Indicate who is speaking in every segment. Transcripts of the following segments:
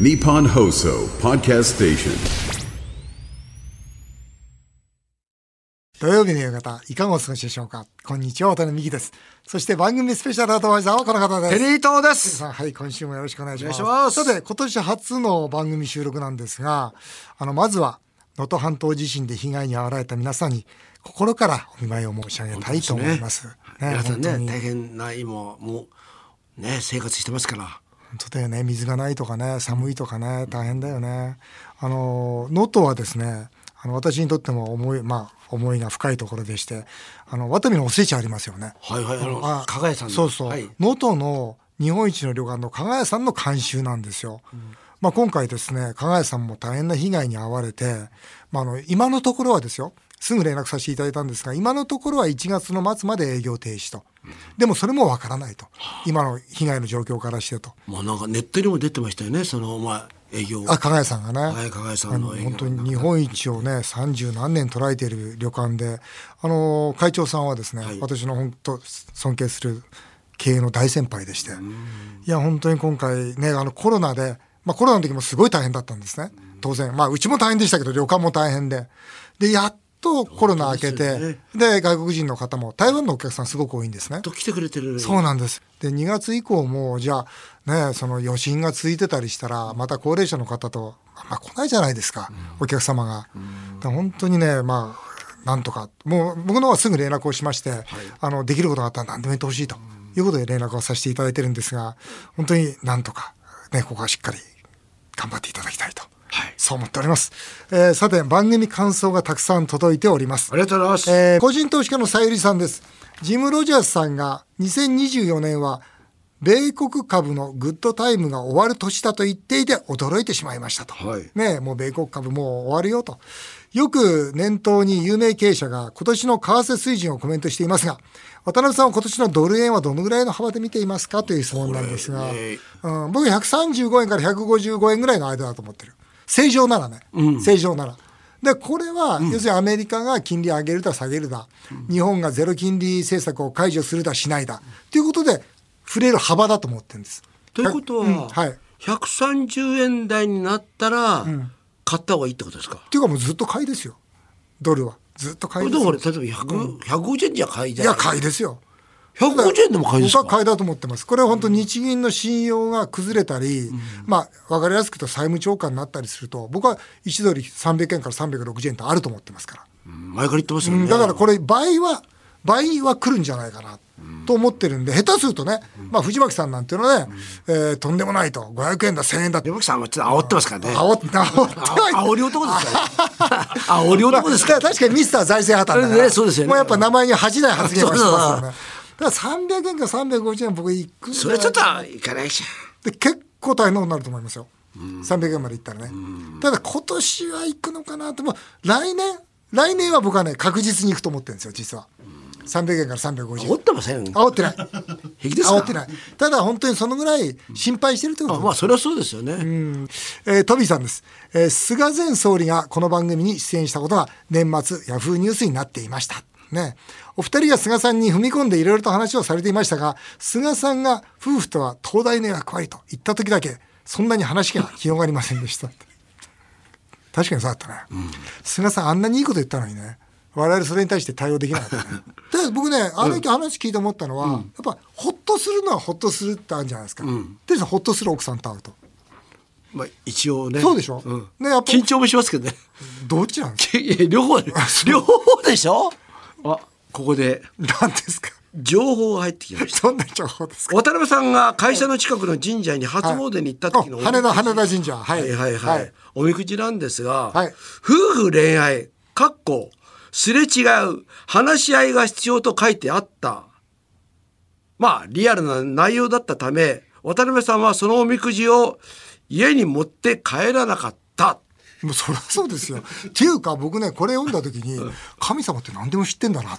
Speaker 1: Nippon Hoso Podcast Station.
Speaker 2: 土曜日の夕方、いかがお過ごしでしょうかこんにちは、渡辺美希です。そして番組スペシャルアドバイザーはこの方です。
Speaker 3: テリー東です。
Speaker 2: さん、はい、今週もよろしくお願いします。
Speaker 3: お願いします
Speaker 2: さて、今年初の番組収録なんですが、あの、まずは、能登半島地震で被害に遭われた皆さんに、心からお見舞いを申し上げたいと思います。ね
Speaker 3: 皆さん
Speaker 2: 本当
Speaker 3: ね、
Speaker 2: に
Speaker 3: 大変な今もうね生活してますから。
Speaker 2: 本当だよね水がないとかね寒いとかね大変だよねあの能登はですねあの私にとっても思いまあ思いが深いところでしてあのワタミのおせちありますよね
Speaker 3: はいはいあの
Speaker 2: あ
Speaker 3: 加賀屋さんの
Speaker 2: そうそう
Speaker 3: はい
Speaker 2: 能登、の日本一の旅館の加賀屋さんの監修なんですよ、まあ、今回ですね加賀屋さんも大変な被害に遭われて、まあ、あの今のところはですよすぐ連絡させていただいたんですが今のところは1月の末まで営業停止と、でもそれもわからないと今の被害の状況からしてと
Speaker 3: もうなんかネットにも出てましたよね。そのまあ営業。
Speaker 2: あ加賀屋さんがね、
Speaker 3: はい加賀屋さんの営業
Speaker 2: あ本当に日本一をね三十何年捉えている旅館であの会長さんはですね、
Speaker 3: い
Speaker 2: 私の本当尊敬する経営の大先輩でしていや本当に今回ねあのコロナで、まあ、コロナの時もすごい大変だったんですね当然まあうちも大変でしたけど旅館も大変ででやっとコロナ明け
Speaker 3: 本当で
Speaker 2: て
Speaker 3: すよね
Speaker 2: で外国人の方も台湾のお客さんすごく多いんですね
Speaker 3: と来てくれてる。
Speaker 2: そうなんです。で2月以降もじゃあねその余震が続いてたりしたらまた高齢者の方とあんま来ないじゃないですか、お客様が。だから本当にねまあなんとかもう僕の方はすぐ連絡をしまして、あのできることがあったら何でも言ってほしいということで連絡をさせていただいてるんですが本当になんとか、ね、ここはしっかり頑張っていただきたいと。
Speaker 3: はい
Speaker 2: そう思っております、えーさて番組感想がたくさん届いております
Speaker 3: ありがとうございます。
Speaker 2: えー個人投資家のさゆりさんです。ジム・ロジャースさんが2024年は米国株のグッドタイムが終わる年だと言っていて驚いてしまいましたと。
Speaker 3: はい
Speaker 2: ねえもう米国株もう終わるよと。よく念頭に有名経営者が今年の為替水準をコメントしていますが、渡辺さんは今年のドル円はどのぐらいの幅で見ていますかという質問なんですが、
Speaker 3: これね
Speaker 2: うん、僕135円から155円ぐらいの間だと思ってる。正常ならね。正常なら。で、これは、要するにアメリカが金利上げるだ下げるだ、日本がゼロ金利政策を解除するだしないだ、ということで、触れる幅だと思ってるんです。
Speaker 3: ということ
Speaker 2: うん
Speaker 3: は
Speaker 2: はい。
Speaker 3: 百三十円台になったら買った方がいいってことですか
Speaker 2: っ。ていうかもうずっと買いですよ。ドルは。ずっと買
Speaker 3: こ
Speaker 2: い
Speaker 3: れ
Speaker 2: で
Speaker 3: ですも
Speaker 2: よ。
Speaker 3: 俺例えば百百五十円じゃ買い
Speaker 2: い
Speaker 3: じゃ
Speaker 2: や、
Speaker 3: ない。
Speaker 2: 買いですよ。
Speaker 3: 百五十円でも買いです
Speaker 2: 僕は
Speaker 3: か。
Speaker 2: 買いだと思ってます。これは本当日銀の信用が崩れたり、まあ、わかりやすく言うと債務超過になったりすると、僕は1ドル300円から360円ってあると思ってますから。
Speaker 3: うん前から言ってますよ
Speaker 2: うん
Speaker 3: ね。
Speaker 2: だからこれ倍は倍は来るんじゃないかなと思ってるんで下手するとね、まあ、藤巻さんなんていうのはね、えーとんでもないと500円だ1000円だって
Speaker 3: 山木さんはちょっと煽ってますからね。
Speaker 2: 煽って煽って
Speaker 3: あ煽り男です から。煽り男ですか
Speaker 2: まあだら確かにミスター財政破綻だから、
Speaker 3: ねそうですよね
Speaker 2: もうやっぱ名前に恥じない発言はしてますよ
Speaker 3: そう
Speaker 2: ねだから300円か350円僕行くんじ
Speaker 3: そ
Speaker 2: ゃな
Speaker 3: れ
Speaker 2: い
Speaker 3: ちょ
Speaker 2: か
Speaker 3: っと行かないじ
Speaker 2: で
Speaker 3: ゃ
Speaker 2: 結構大変なことになると思いますよ、300円までいったらね、ただ今年は行くのかなともう来年来年は僕はね確実に行くと思ってるんですよ実は、300円から350
Speaker 3: ん。
Speaker 2: 円
Speaker 3: 煽ってません。
Speaker 2: 煽ってない。
Speaker 3: 平気ですか
Speaker 2: 煽ってない。ただ本当にそのぐらい心配してるというこ
Speaker 3: あ
Speaker 2: と
Speaker 3: まあそれはそうですよね。
Speaker 2: えートビーさんです、えー菅前総理がこの番組に出演したことが年末ヤフーニュースになっていました。ね、お二人が菅さんに踏み込んでいろいろと話をされていましたが菅さんが夫婦とは東大の役割と言った時だけそんなに話が広がりませんでした。確かにそうだったね、菅さんあんなにいいこと言ったのにね我々それに対して対応できなかったね で僕ねあの時話聞いて思ったのは、やっぱホッとするのはホッとするってあるんじゃないですか、テリーさんホッとする奥さんと会うと
Speaker 3: まあ一応ね。
Speaker 2: そうでしょ
Speaker 3: うん
Speaker 2: ねやっぱ
Speaker 3: 緊張もしますけどね。
Speaker 2: どっちなんです
Speaker 3: いや 両方両方でしょ。あここで
Speaker 2: かなんですか
Speaker 3: 情報が入ってきました。
Speaker 2: どんな情報ですか
Speaker 3: 渡辺さんが会社の近くの神社に初詣に行った時の、
Speaker 2: あ羽田羽田神社は
Speaker 3: はい
Speaker 2: い
Speaker 3: はいはい、おみくじなんですが、
Speaker 2: はい
Speaker 3: 夫婦恋愛かっこすれ違う話し合いが必要と書いてあったまあリアルな内容だったため渡辺さんはそのおみくじを家に持って帰らなかった
Speaker 2: もうそりゃそうですよ。っていうか僕ねこれ読んだ時に神様って何でも知ってんだな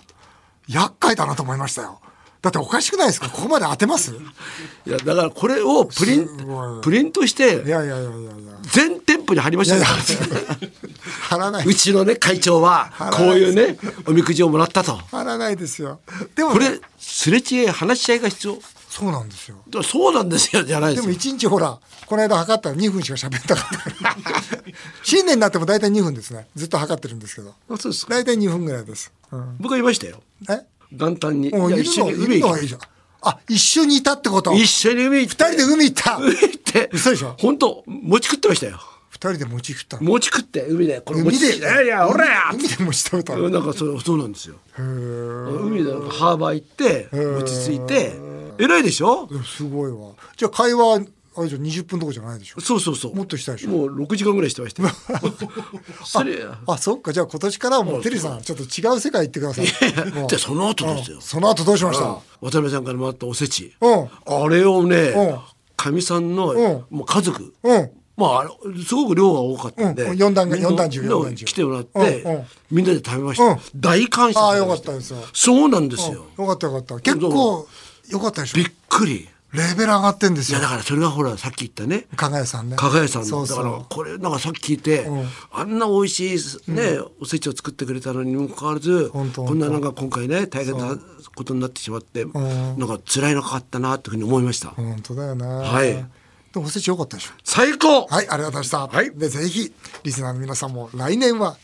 Speaker 2: 厄介だなと思いましたよ。だっておかしくないですかここまで当てますい
Speaker 3: いやだからこれをプリン
Speaker 2: すごい
Speaker 3: プリントして
Speaker 2: やいやいやいやいや。
Speaker 3: 全店舗に貼りましたよ
Speaker 2: いやい貼らない。
Speaker 3: うちのね会長は
Speaker 2: ら
Speaker 3: こ
Speaker 2: な
Speaker 3: う
Speaker 2: い
Speaker 3: いうねおみくじをもらったと
Speaker 2: 貼らないですよ。でも
Speaker 3: こ
Speaker 2: ね、
Speaker 3: れすれ違い話し合いが必要
Speaker 2: そうなんですよ。
Speaker 3: でもそうなんですよじゃないで
Speaker 2: ですも
Speaker 3: よ
Speaker 2: 一日ほら、この間測ったら2分しか喋ったかった。新年になっても大体2分ですね。ずっと測ってるんですけど。
Speaker 3: あそうですか
Speaker 2: 大体2分ぐらいです。うん、
Speaker 3: 僕は言いましたよ
Speaker 2: え
Speaker 3: 元旦にい
Speaker 2: もう
Speaker 3: や
Speaker 2: いる
Speaker 3: 一緒
Speaker 2: の、い
Speaker 3: に
Speaker 2: る
Speaker 3: 海
Speaker 2: の
Speaker 3: 行
Speaker 2: はいいじゃん。あ、一緒にいたってこと。
Speaker 3: き
Speaker 2: 二
Speaker 3: 一緒に海行って
Speaker 2: 人で海行った。
Speaker 3: 海行って
Speaker 2: 嘘でしょ
Speaker 3: 本当餅食ってましたよ
Speaker 2: 二人で餅食ったの。
Speaker 3: 餅食って海でこれ
Speaker 2: 海
Speaker 3: 餅
Speaker 2: で、
Speaker 3: いやいや俺や
Speaker 2: 海で餅食べたの。
Speaker 3: なんかそれそうなんですよ海でなんかハーバー行って落ち着いて偉いでしょ
Speaker 2: いやすごいわ。じゃあ会話、あれじゃ20分とかじゃないでしょ。
Speaker 3: そうそうそう
Speaker 2: もっとしたでしょ
Speaker 3: もう6時間ぐらいして ましたよそれ
Speaker 2: あ、そっか。じゃあ今年からはもうテリーさん、ちょっと違う世界行ってください。もう
Speaker 3: でその後ですよ
Speaker 2: その後どうしました
Speaker 3: 渡辺さんからもらったおせち
Speaker 2: うん
Speaker 3: あれを
Speaker 2: うん
Speaker 3: ねかみさんの
Speaker 2: う
Speaker 3: もう家族
Speaker 2: うん。
Speaker 3: まああれすごく量が多かったん
Speaker 2: う
Speaker 3: で
Speaker 2: ん四段が
Speaker 3: みんな
Speaker 2: 四段重
Speaker 3: みんな
Speaker 2: 四段重
Speaker 3: 来てもらって
Speaker 2: うんうん
Speaker 3: みんなで食べまし
Speaker 2: うん
Speaker 3: た大感謝
Speaker 2: ああ、よかったですよ。
Speaker 3: そうなんですよ
Speaker 2: よかったよかった。結構、よかったでしょ
Speaker 3: びっ。くり
Speaker 2: レベル上がってんです
Speaker 3: いや
Speaker 2: よ
Speaker 3: だ。からそれがほらさっき言ったね
Speaker 2: 加賀屋さんね。
Speaker 3: 加賀屋さん
Speaker 2: そ
Speaker 3: の
Speaker 2: う
Speaker 3: だ
Speaker 2: そ
Speaker 3: か
Speaker 2: う。
Speaker 3: らこれなんかさっき聞いて
Speaker 2: うん
Speaker 3: あんな美味しいねおせちを作ってくれたのにもかかわらずこ
Speaker 2: ほんとほんと
Speaker 3: んななんか今回ね大変なことになってしまってなん
Speaker 2: ん
Speaker 3: か辛いなかったなというふうに思いました
Speaker 2: 本当だよね。
Speaker 3: はい
Speaker 2: でもおせちよかったでしょ。
Speaker 3: 最高
Speaker 2: はい、ありがとうございました。
Speaker 3: はい
Speaker 2: で、ぜひ、リスナーの皆さんも来年は、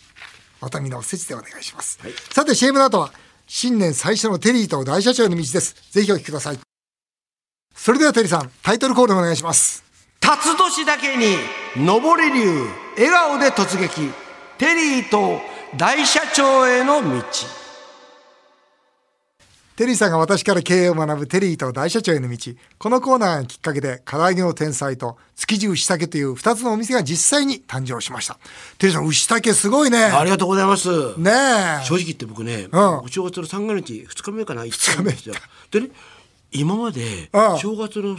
Speaker 2: またみんなおせちでお願いします。さて、CM の後は、新年最初のテリーと大社長への道です。ぜひお聞きください。それではテリーさん、タイトルコールお願いします。
Speaker 3: 辰年だけに上り流笑顔で突撃テリーと大社長への道
Speaker 2: テリーさんが私から経営を学ぶテリーと大社長への道。このコーナーがきっかけで、唐揚げの天才と築地牛竹という二つのお店が実際に誕生しました。テリーさん、牛竹すごいね。
Speaker 3: ありがとうございます
Speaker 2: ねえ。
Speaker 3: 正直言って僕ね、
Speaker 2: うん
Speaker 3: お正月の三が日2日目かな行ったんですよでね今まで
Speaker 2: うん
Speaker 3: 正月の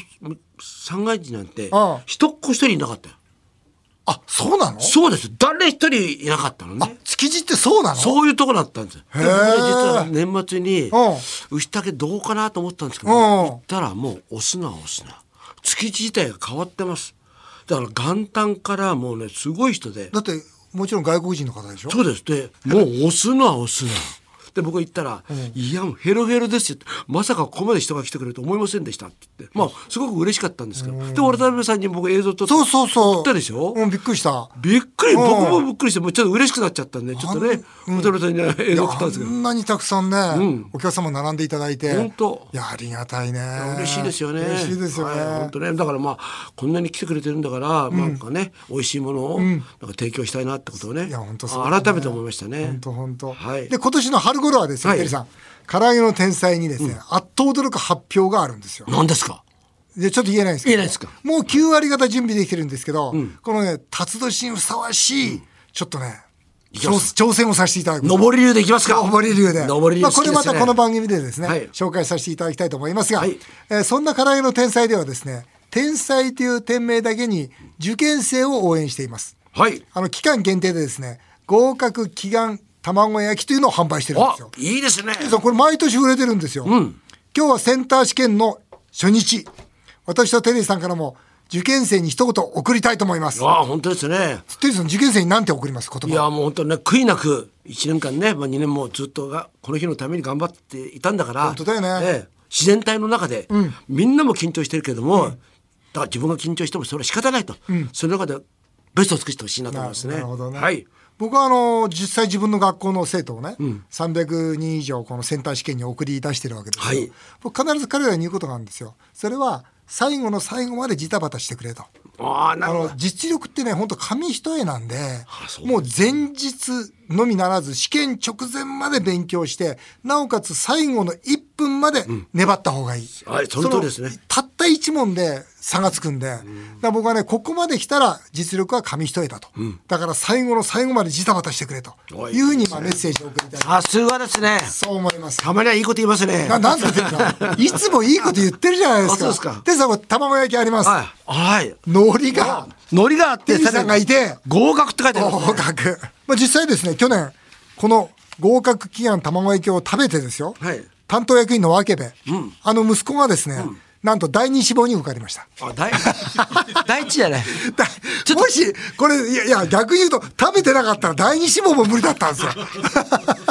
Speaker 3: 三が日なんて
Speaker 2: ん
Speaker 3: 一っ子一人いなかったよ
Speaker 2: あ、そうなの
Speaker 3: そうです誰一人いなかったのね
Speaker 2: 築地ってそうなの
Speaker 3: そういうとこだったんですよで僕ね実は年末に
Speaker 2: う
Speaker 3: 牛竹どうかなと思ったんですけど
Speaker 2: うん
Speaker 3: 行ったらもうお砂お砂築地自体が変わってますだから元旦からもうねすごい人で
Speaker 2: だってもちろん外国人の方でしょ
Speaker 3: そうですでもう押すな押すなで僕行ったら「いやもうヘロヘロですよ」って「まさかここまで人が来てくれると思いませんでした」って言ってまあすごく嬉しかったんですけどで渡辺さんに僕映像撮って
Speaker 2: そうそうそう
Speaker 3: 撮ったでしょ
Speaker 2: うんびっくりした
Speaker 3: びっくり
Speaker 2: うん
Speaker 3: 僕もびっくりしてもうちょっと嬉しくなっちゃったんでちょっとね渡辺さんには映
Speaker 2: いや
Speaker 3: 像撮ったん
Speaker 2: あ
Speaker 3: ですけど
Speaker 2: んなにたくさんね、お客様並んでいただいて
Speaker 3: 本当
Speaker 2: いやありがたいね
Speaker 3: 嬉しいですよね。
Speaker 2: 嬉しいですよね、
Speaker 3: はい本当ね。だからまあこんなに来てくれてるんだから、なんかね美味しいものをなんか提供したいなってことをね。
Speaker 2: いや本当そうだね
Speaker 3: 改めて思いましたね。
Speaker 2: 本当本当。
Speaker 3: はい。
Speaker 2: で今年の春頃はですね、
Speaker 3: はい
Speaker 2: テリーさん唐揚げの天才にですね、圧倒驚く発表があるんですよ
Speaker 3: 何ですか。
Speaker 2: でちょっと言えないんですけど
Speaker 3: 言えないですか
Speaker 2: もう9割方準備できてるんですけど、このね辰年にふさわしい、ちょっとね
Speaker 3: きま
Speaker 2: 挑
Speaker 3: す
Speaker 2: 挑戦をさせていただきます
Speaker 3: 上り流でいきますか。
Speaker 2: 登り流で。
Speaker 3: 上り流
Speaker 2: ま
Speaker 3: 好
Speaker 2: あ、こ
Speaker 3: き
Speaker 2: れ
Speaker 3: ですね。
Speaker 2: またこの番組でですね、
Speaker 3: はい
Speaker 2: 紹介させていただきたいと思いますが、
Speaker 3: はい
Speaker 2: えーそんな唐揚げの天才ではですね、天才という店名だけに受験生を応援しています。
Speaker 3: はい。
Speaker 2: あの、期間限定でですね、合格祈願卵焼きというのを販売してるんで
Speaker 3: あ
Speaker 2: すよ。
Speaker 3: いいですね。
Speaker 2: そうこれ毎年売れてるんですよ、今日はセンター試験の初日、私とテリーさんからも受験生に一言送りたいと思います。
Speaker 3: あ本当ですね。
Speaker 2: テリーさん、受験生に何て送ります
Speaker 3: い
Speaker 2: 言葉。
Speaker 3: やもう本当ね悔いなく一年間ね、まあ二年もずっとがこの日のために頑張っていたんだから。
Speaker 2: 本当だよね
Speaker 3: ええ自然体の中で、みんなも緊張してるけども、だから自分が緊張してもそれは仕方ないと、その中でベストを尽くしてほしいなと思いますね。
Speaker 2: なるほどね。
Speaker 3: はい。
Speaker 2: 僕はあの実際自分の学校の生徒をね、300人以上このセンター試験に送り出してるわけですよ、
Speaker 3: はい
Speaker 2: 僕必ず彼らに言うことがあるんですよそれは最後の最後までジタバタしてくれと
Speaker 3: ああな
Speaker 2: あ
Speaker 3: るほ
Speaker 2: の実力ってね本当紙一重なんで
Speaker 3: そう
Speaker 2: もう前日のみならず試験直前まで勉強してなおかつ最後の1分まで粘った方がいい、
Speaker 3: はいその通りですね
Speaker 2: そのたった1問で差がつくんで、だから僕はねここまで来たら実力は紙一重だと、だから最後の最後までジタバタしてくれと
Speaker 3: おい
Speaker 2: いうふうにまあメッセージを送りたい
Speaker 3: ど。さすがですね。
Speaker 2: そう思います
Speaker 3: たまにはいいこと言いますね。
Speaker 2: ななんですかテ リーさんいつもいいこと言ってるじゃないですか
Speaker 3: あそうですか
Speaker 2: テリーさんも卵焼きあります、
Speaker 3: はいはい。
Speaker 2: 海苔が
Speaker 3: ノリがあって
Speaker 2: テリーさんがいて
Speaker 3: 合格って書いてあります
Speaker 2: 合
Speaker 3: ね。
Speaker 2: 格。まあ実際ですね、去年、この合格祈願卵焼きを食べてですよ、
Speaker 3: はい
Speaker 2: 担当役員の分部、あの息子がですね、なんと第二志望に受かりました。
Speaker 3: あ 第第一じゃない。
Speaker 2: だも し、これ、いや、いや逆に言うと、食べてなかったら第二志望も無理だったんですよ。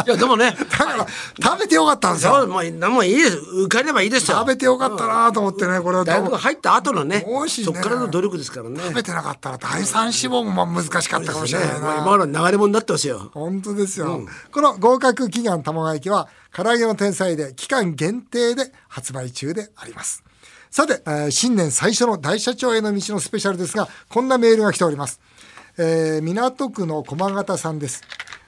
Speaker 3: や、でもね、
Speaker 2: だから、食べてよかったんです
Speaker 3: そう、
Speaker 2: よ。
Speaker 3: もう、もういいです。受かればいいですよ。
Speaker 2: 食べてよかったなと思ってね、これは
Speaker 3: 大
Speaker 2: 多
Speaker 3: 学
Speaker 2: 分
Speaker 3: 入った後のね、
Speaker 2: もしね
Speaker 3: そこからの努力ですからね。
Speaker 2: 食べてなかったら第三志望も難しかったかもしれない
Speaker 3: ねもう
Speaker 2: な。
Speaker 3: 今の流れ物になってますよ。
Speaker 2: 本当ですよ、この合格祈願卵焼きは唐揚げの天才で期間限定で発売中でありますさて、えー新年最初の大社長への道のスペシャルですがこんなメールが来ております、えー港区の駒形さんです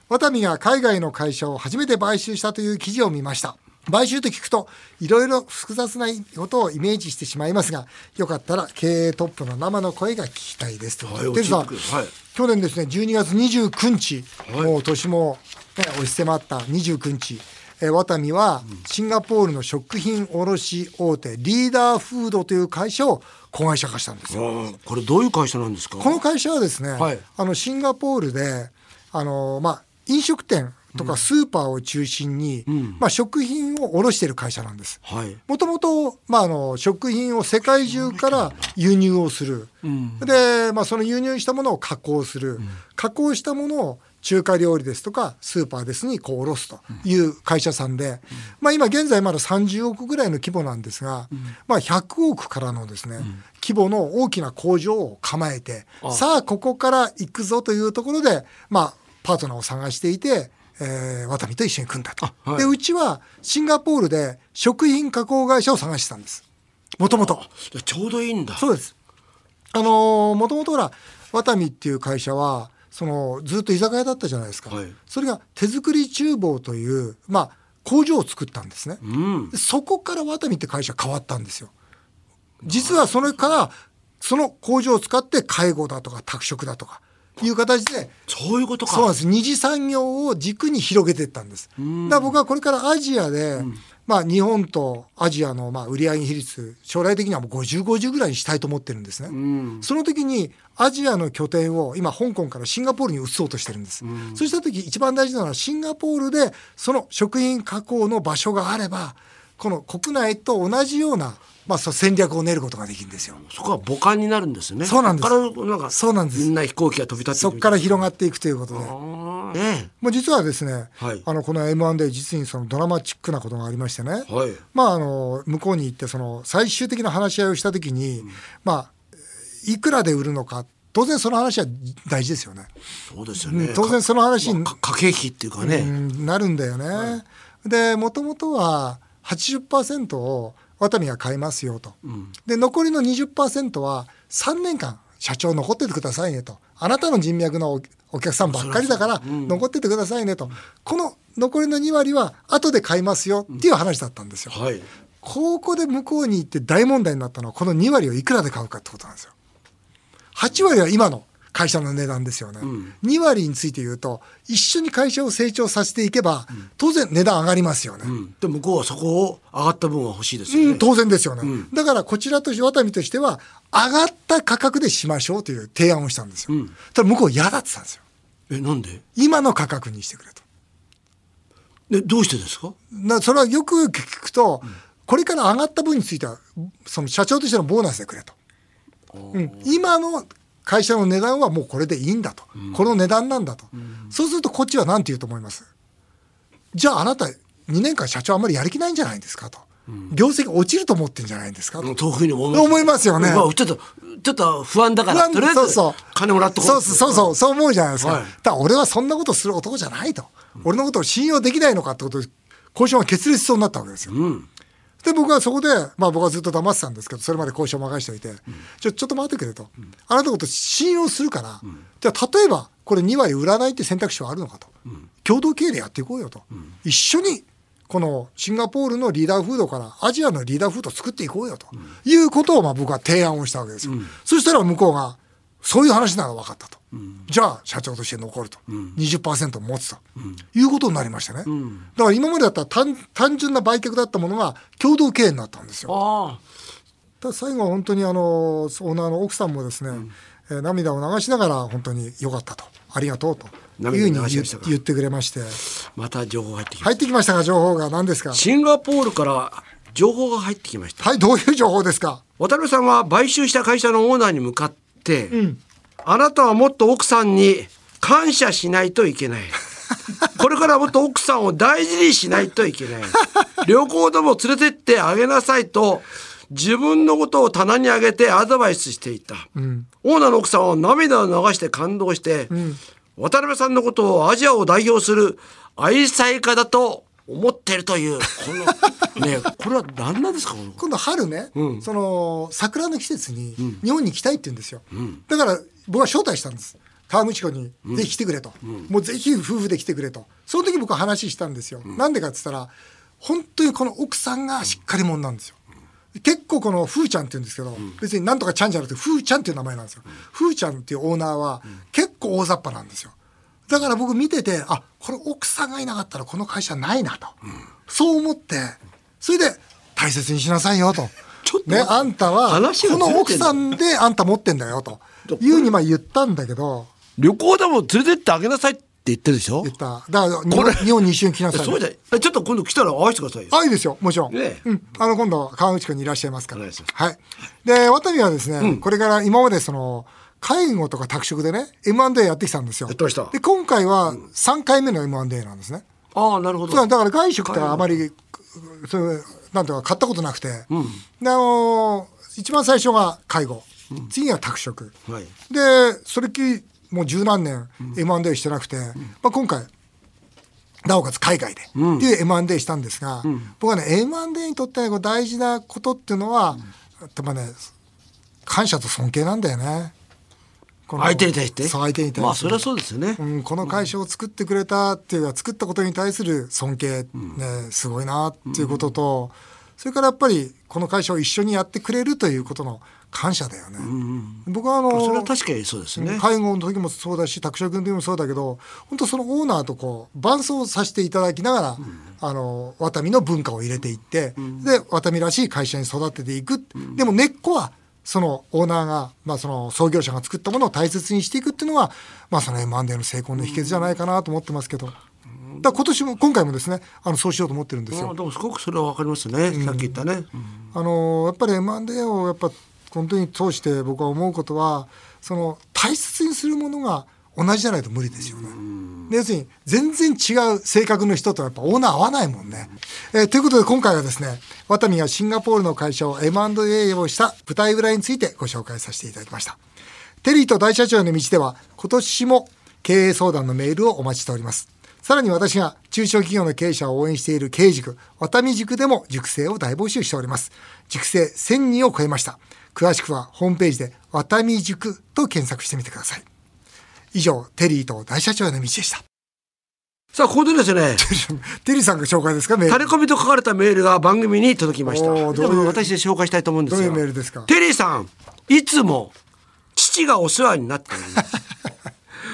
Speaker 2: ワタミが海外の会社を初めて買収したという記事を見ました買収と聞くといろいろ複雑なことをイメージしてしまいますがよかったら経営トップの生の声が聞きたいですということでテ
Speaker 3: はい
Speaker 2: リーさん
Speaker 3: 落ち着くはい
Speaker 2: 去年ですね12月29日、もう年も、ね、押し迫った29日、えーワタミはシンガポールの食品卸大手リーダーフードという会社を子会社化したんですよ。
Speaker 3: ああこれどういう会社なんですか
Speaker 2: この会社はですね、
Speaker 3: はい
Speaker 2: あのシンガポールであの、まあ、飲食店とかスーパーを中心に、まあ、食品を卸している会社なんです。
Speaker 3: はい。
Speaker 2: もともと、まあ、あの食品を世界中から輸入をする、で、まあ、その輸入したものを加工する、加工したものを中華料理ですとかスーパーですにこう卸すという会社さんで、まあ、今現在まだ30億ぐらいの規模なんですが、まあ、100億からのですね、規模の大きな工場を構えてさあここから行くぞというところで、まあ、パートナーを探していて、えー、ワタミと一緒に組んだと。
Speaker 3: はい
Speaker 2: でうちはシンガポールで食品加工会社を探してたんです。もともと。
Speaker 3: じゃあちょうどいいんだ。
Speaker 2: そうです。あのー、もともとほら、ワタミっていう会社は、その、ずっと居酒屋だったじゃないですか。
Speaker 3: はい
Speaker 2: それが手作り厨房という、まあ、工場を作ったんですね。
Speaker 3: うん。
Speaker 2: そこからワタミって会社変わったんですよ。実はそれから、その工場を使って介護だとか宅食だとか、いう形で、
Speaker 3: そういうことか。
Speaker 2: そうなんです二次産業を軸に広げていったんですだから僕はこれからアジアで、まあ、日本とアジアのまあ売上比率将来的にはもう5050ぐらいにしたいと思ってるんですね、
Speaker 3: うん。
Speaker 2: その時にアジアの拠点を今香港からシンガポールに移そうとしてるんです、そうした時一番大事なのはシンガポールでその食品加工の場所があればこの国内と同じような、まあ、そう戦略を練ることができるんですよ
Speaker 3: そこは母艦になるんですね。
Speaker 2: そうなんです
Speaker 3: ここからなんか
Speaker 2: そうなんです
Speaker 3: みんな飛行機が飛び立って。
Speaker 2: そこからら広がっていくということで
Speaker 3: ああね
Speaker 2: まあ、実はですね、
Speaker 3: はい
Speaker 2: あのこの M&A 実にそのドラマチックなことがありましてね、
Speaker 3: え。はい。
Speaker 2: まあ、あの向こうに行ってその最終的な話し合いをした時に、まあいくらで売るのか当然その話は大事ですよね、
Speaker 3: そうですよね。
Speaker 2: うん当然その話に
Speaker 3: かか駆け引きっていうか
Speaker 2: う
Speaker 3: ね。
Speaker 2: んなるんだよね。でもともとは80%をワタミが買いますよと。で残りの20%は3年間社長残っててくださいねとあなたの人脈のおお客さんばっかりだから残っててくださいねと、この残りの2割は後で買いますよっていう話だったんですよ、
Speaker 3: はい。
Speaker 2: ここで向こうに行って大問題になったのはこの2割をいくらで買うかってことなんですよ8割は今の会社の値段ですよね、2割について言うと一緒に会社を成長させていけば当然値段上がりますよね、
Speaker 3: うん。で向こうはそこを上がった分は欲しいですよね。
Speaker 2: うん、当然ですよね、だからこちらとしてワタミとしては上がった価格でしましょうという提案をしたんですよ、ただ向こう嫌だって言ってたんですよ
Speaker 3: えなんで？
Speaker 2: 今の価格にしてくれと
Speaker 3: でどうしてですか？
Speaker 2: なそれはよく聞くと、これから上がった分についてはその社長としてのボーナスでくれと、うん、今の会社の値段はもうこれでいいんだと、この値段なんだと、そうするとこっちは何て言うと思いますじゃああなた2年間社長あんまりやる気ないんじゃないんですかと、業績落ちると思ってんじゃないんですかと、
Speaker 3: うん遠くに思
Speaker 2: 思いますよね
Speaker 3: まあちょっとちょっと不安だからとりあえ
Speaker 2: そう
Speaker 3: ず
Speaker 2: そう
Speaker 3: 金もらっとこ。
Speaker 2: そうそうそううそう思うじゃないですか、
Speaker 3: はい
Speaker 2: だから俺はそんなことする男じゃないと、俺のことを信用できないのかってことで交渉が決裂しそうになったわけですよ、で僕はそこで、まあ、僕はずっと黙ってたんですけどそれまで交渉任しておいて、ちょちょっと待ってくれと、あなたのこと信用するから、じゃあ例えばこれ2割売らないって選択肢はあるのかと、共同経営でやっていこうよと、一緒にこのシンガポールのリーダーフードからアジアのリーダーフードを作っていこうよということをまあ僕は提案をしたわけですよ、そしたら向こうがそういう話なら分かったと、じゃあ社長として残ると、20%持つと、いうことになりましたね、だから今までだったら単単純な売却だったものが共同経営になったんですよ
Speaker 3: あ
Speaker 2: ただ最後は本当にあのオーナーの奥さんもですね、えー涙を流しながら本当に良かったとありがとうというふうに
Speaker 3: 涙を流し
Speaker 2: 言
Speaker 3: ましたか
Speaker 2: 言ってくれまして
Speaker 3: あまた情報入ってきました。
Speaker 2: 入ってきましたか情報が何ですか
Speaker 3: シンガポールから情報が入ってきました。
Speaker 2: はいどういう情報ですか
Speaker 3: 渡辺さんは買収した会社のオーナーに向かって、あなたはもっと奥さんに感謝しないといけないこれからもっと奥さんを大事にしないといけない。旅行でも連れてってあげなさいと、自分のことを棚にあげてアドバイスしていた。オーナーの奥さんは涙を流して感動して、渡辺さんのことをアジアを代表する愛妻家だと思っているという、この、ねえこれは何なんですかこの
Speaker 2: 今度春ね、その桜の季節に日本に来たいって言うんですよ、だから僕は招待したんです河口湖にぜひ来てくれと、もうぜひ夫婦で来てくれとその時僕は話したんですよ、なんでかって言ったら本当にこの奥さんがしっかり者なんですよ結構このふーちゃんって言うんですけど、別になんとかちゃんじゃなくてふーちゃんっていう名前なんですよ、ふーちゃんっていうオーナーは結構大雑把なんですよだから僕見ててあこれ奥さんがいなかったらこの会社ないなと、そう思ってそれで大切にしなさいよと
Speaker 3: ちょっと待って
Speaker 2: ねあんたは
Speaker 3: 話が
Speaker 2: こ
Speaker 3: ずれてんだ
Speaker 2: の奥さんであんた持ってんだよというふうにまあ言ったんだけど
Speaker 3: 旅行でも連れてってあげなさいって言ってるでしょ
Speaker 2: 言っただから日
Speaker 3: これ
Speaker 2: 本日本に一緒に来なさい
Speaker 3: そうじゃないえちょっと今度来たら会わせてくださいよ。
Speaker 2: あいいですよもちろん、
Speaker 3: ねえ
Speaker 2: うん、あの今度は川口君にいらっしゃいますから
Speaker 3: お願いします
Speaker 2: はい、で渡辺はですね、これから今までその介護とか宅食でね M&A やってきたんですよ
Speaker 3: やってました
Speaker 2: で今回は3回目の M&A なんですね、
Speaker 3: ああ、なるほど。
Speaker 2: そうだから外食ってあまりそういうなんていうか買ったことなくて、であのー一番最初が介護、次が宅食、
Speaker 3: はい
Speaker 2: でそれっきりもう十何年 M&A してなくて、まあ、今回なおかつ海外で、っていう M&A したんですが、僕はね M&A にとってこう大事なことっていうのは、やっぱね感謝と尊敬なんだよね。この
Speaker 3: 相手に対して。
Speaker 2: そう相手に対して。
Speaker 3: まあ、それはそうですよね。
Speaker 2: うん、この会社を作ってくれたっていうか作ったことに対する尊敬、ね、すごいなっていうことと、それからやっぱりこの会社を一緒にやってくれるということの感謝だよね。僕はあの
Speaker 3: それは確かにそうですね。
Speaker 2: 介護の時もそうだし拓殖の時もそうだけど本当そのオーナーとこう伴走させていただきながら、あのワタミの文化を入れていって、でワタミらしい会社に育てていく、でも根っこはそのオーナーが、まあ、その創業者が作ったものを大切にしていくっていうのが、まあ、その M&A の成功の秘訣じゃないかなと思ってますけど。だから今年も今回もですねあのそうしようと思ってるんですよ
Speaker 3: まあ、。でもすごくそれはわかりますね。さっき言ったね。
Speaker 2: あのやっぱり M&A をやっぱ本当に通して僕は思うことはその大切にするものが同じじゃないと無理ですよね。で要するに全然違う性格の人とやっぱオーナー合わないもんね。えーということで今回はですねワタミがシンガポールの会社を M&A をした舞台裏についてご紹介させていただきました。テリーと大社長の道では今年も経営相談のメールをお待ちしております。さらに私が中小企業の経営者を応援している経営塾、ワタミ塾でも塾生を大募集しております。塾生1000人を超えました。詳しくはホームページでワタミ塾と検索してみてください。以上、テリーと大社長への道でした。
Speaker 3: さあ、ここでですね、
Speaker 2: テリーさんが紹介ですかメー
Speaker 3: タレ
Speaker 2: ル。
Speaker 3: コミと書かれたメールが番組に届きました。
Speaker 2: おーどう
Speaker 3: で
Speaker 2: いう
Speaker 3: も私で紹介したいと思うんですよ。
Speaker 2: どういうメールですか
Speaker 3: テリーさん、いつも父がお世話になっており ます。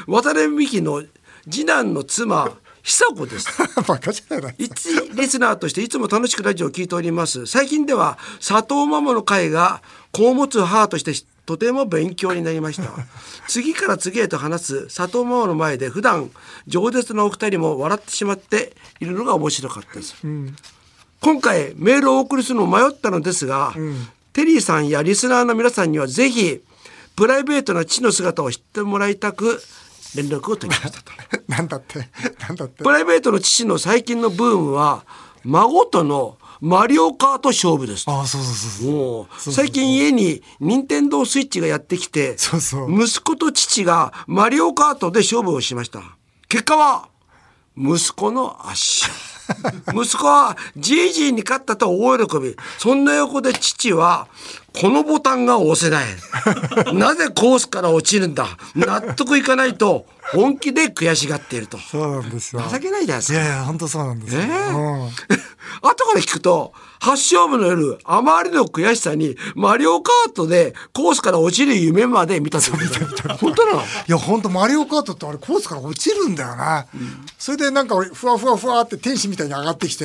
Speaker 3: 渡辺美希の次男の妻、久子です。
Speaker 2: バカじゃない
Speaker 3: 一リスナーとしていつも楽しくラジオを聞いております。最近では佐藤ママの会が子を持つ母としてとても勉強になりました。次から次へと話す佐藤ママの前で普段饒舌なお二人も笑ってしまっているのが面白かったです。今回メールをお送りするのを迷ったのですが、テリーさんやリスナーの皆さんにはぜひプライベートな父の姿を知ってもらいたく連絡を取りました。
Speaker 2: な。なんだって、なんだって
Speaker 3: プ。ライベートの父の最近のブームは孫とのマリオカート勝負です
Speaker 2: ああ、そうそうそうそう。
Speaker 3: もう最近家に任天堂スイッチがやってきて
Speaker 2: そうそう
Speaker 3: 息子と父がマリオカートで勝負をしました結果は息子の 圧勝息子はジージーに勝ったと大喜びそんな横で父はこのボタンが押せな いなぜコースから落ちるんだ納得いかないと本気で悔しがっていると
Speaker 2: そうなんですよ。
Speaker 3: 情けないじゃないです
Speaker 2: い
Speaker 3: か
Speaker 2: やいや、本当そうなんですよ。
Speaker 3: ねえ
Speaker 2: うん
Speaker 3: 後から聞くと、発勝負の夜、あまりの悔しさに、マリオカートでコースから落ちる夢まで見たそうです。本当なの
Speaker 2: いや本当マリオカートってあれコースから落ちるんだよね、それでなんかふわふわふわって天使みたいに上がってきて、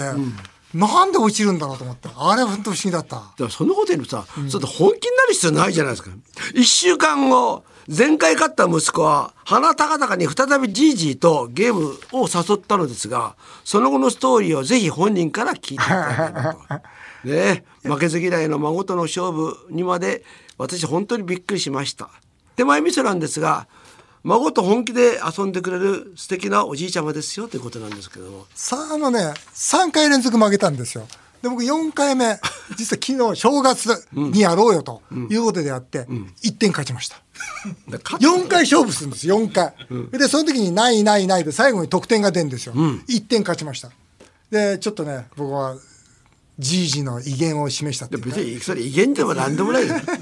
Speaker 2: なんで落ちるんだろうと思ってあれ本当不思議だった
Speaker 3: だからそのことよりもさ、ちょっと本気になる必要ないじゃないですか。一週間後、前回勝った息子は、鼻高々に再びジージーとゲームを誘ったのですが、その後のストーリーをぜひ本人から聞いていただきたいなと。ねえ負けず嫌いの孫との勝負にまで、私本当にびっくりしました。手前味噌なんですが、孫と本気で遊んでくれる素敵なおじいちゃまですよということなんですけども
Speaker 2: さあのね3回連続負けたんですよで僕4回目実は昨日正月にやろうよということでやって、1点勝ちました4回勝負するんです4回、でその時に「ないないない」で最後に得点が出るんですよ、1点勝ちましたでちょっとね僕はじいじの威厳を示したっていうか
Speaker 3: 別にそれ威厳でも何でもないです勝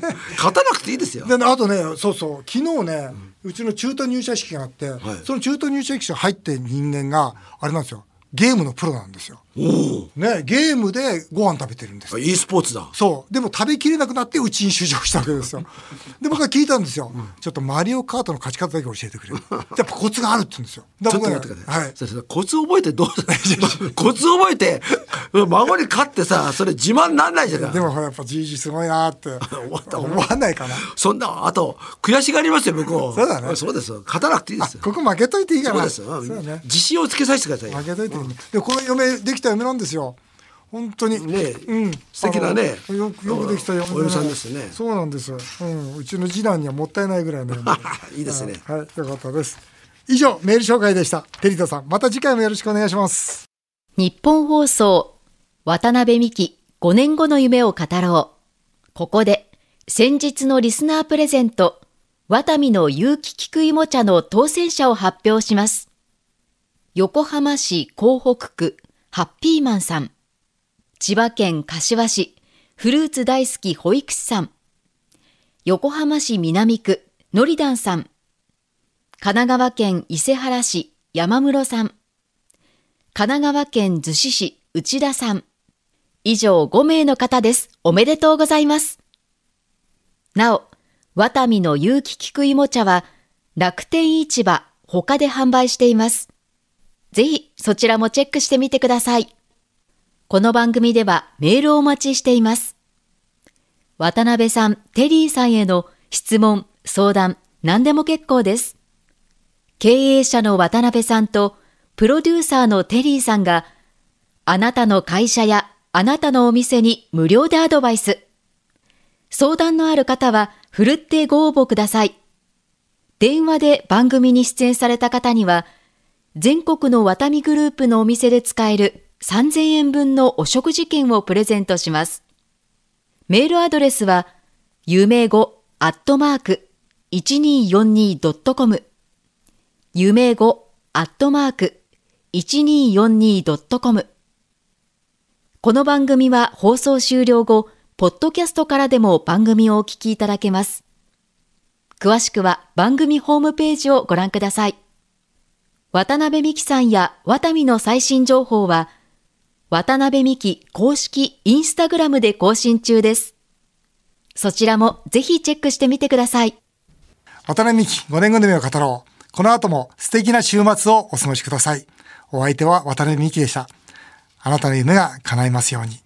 Speaker 3: たなくていいですよ
Speaker 2: であとねそうそう昨日ね、うちの中途入社式があって、その中途入社式に入って人間があれなんですよゲームのプロなんですよ、ね、ゲームでご飯食べてるんですよ
Speaker 3: e スポーツだ
Speaker 2: そうでも食べきれなくなってうちに就職したわけです よで僕は聞いたんですよ、ちょっとマリオカートの勝ち方だけ教えてく れるやっぱコツがあるって言うんですよだ
Speaker 3: ち
Speaker 2: か
Speaker 3: ょっ
Speaker 2: ら
Speaker 3: と
Speaker 2: 僕は
Speaker 3: 待ってください、
Speaker 2: はい
Speaker 3: それそれコツ覚えてど う コツ覚えて孫に勝ってさそれ自慢なんないじゃない
Speaker 2: でもほらやっぱじいじすごいなーって
Speaker 3: った
Speaker 2: 思わないかな
Speaker 3: そんなあと悔しがりますよ向こう
Speaker 2: そうだね
Speaker 3: そうですよ勝たなくていいですよ
Speaker 2: ここ負けといていいか
Speaker 3: そう
Speaker 2: な
Speaker 3: ですよ、
Speaker 2: そうね
Speaker 3: 自信をつけさせてくださいよ
Speaker 2: 負けといて、でこの嫁できた嫁なんですよ本当に
Speaker 3: ねえ
Speaker 2: うん、
Speaker 3: 素敵なね
Speaker 2: あのよくよくできた嫁でね
Speaker 3: お嫁さんですね
Speaker 2: そうなんです、うん、うちの次男にはもったいないぐらいの嫁
Speaker 3: いいですね
Speaker 2: はい、よかったです以上メール紹介でしたテリトさんまた次回もよろしくお願いします
Speaker 4: 日本放送渡辺美希5年後の夢を語ろうここで先日のリスナープレゼントワタミの有機菊芋茶の当選者を発表します横浜市港北区ハッピーマンさん千葉県柏市フルーツ大好き保育士さん横浜市南区のりだんさん神奈川県伊勢原市山室さん神奈川県逗子市内田さん。以上5名の方です。おめでとうございます。なお、ワタミの有機菊芋茶は楽天市場他で販売しています。ぜひそちらもチェックしてみてください。この番組ではメールをお待ちしています。渡辺さん、テリーさんへの質問、相談、何でも結構です。経営者の渡辺さんとプロデューサーのテリーさんがあなたの会社やあなたのお店に無料でアドバイス。相談のある方はふるってご応募ください。電話で番組に出演された方には全国のワタミグループのお店で使える3000円分のお食事券をプレゼントします。メールアドレスは夢語アットマーク 1242.com 夢語アットマーク 1242.com この番組は放送終了後、ポッドキャストからでも番組をお聞きいただけます。詳しくは番組ホームページをご覧ください。渡辺美希さんやワタミの最新情報は、渡辺美希公式インスタグラムで更新中です。そちらもぜひチェックしてみてください。
Speaker 2: 渡辺美希5年後の夢を語ろう。この後も素敵な週末をお過ごしください。お相手は渡辺美希でした。あなたの夢が叶いますように。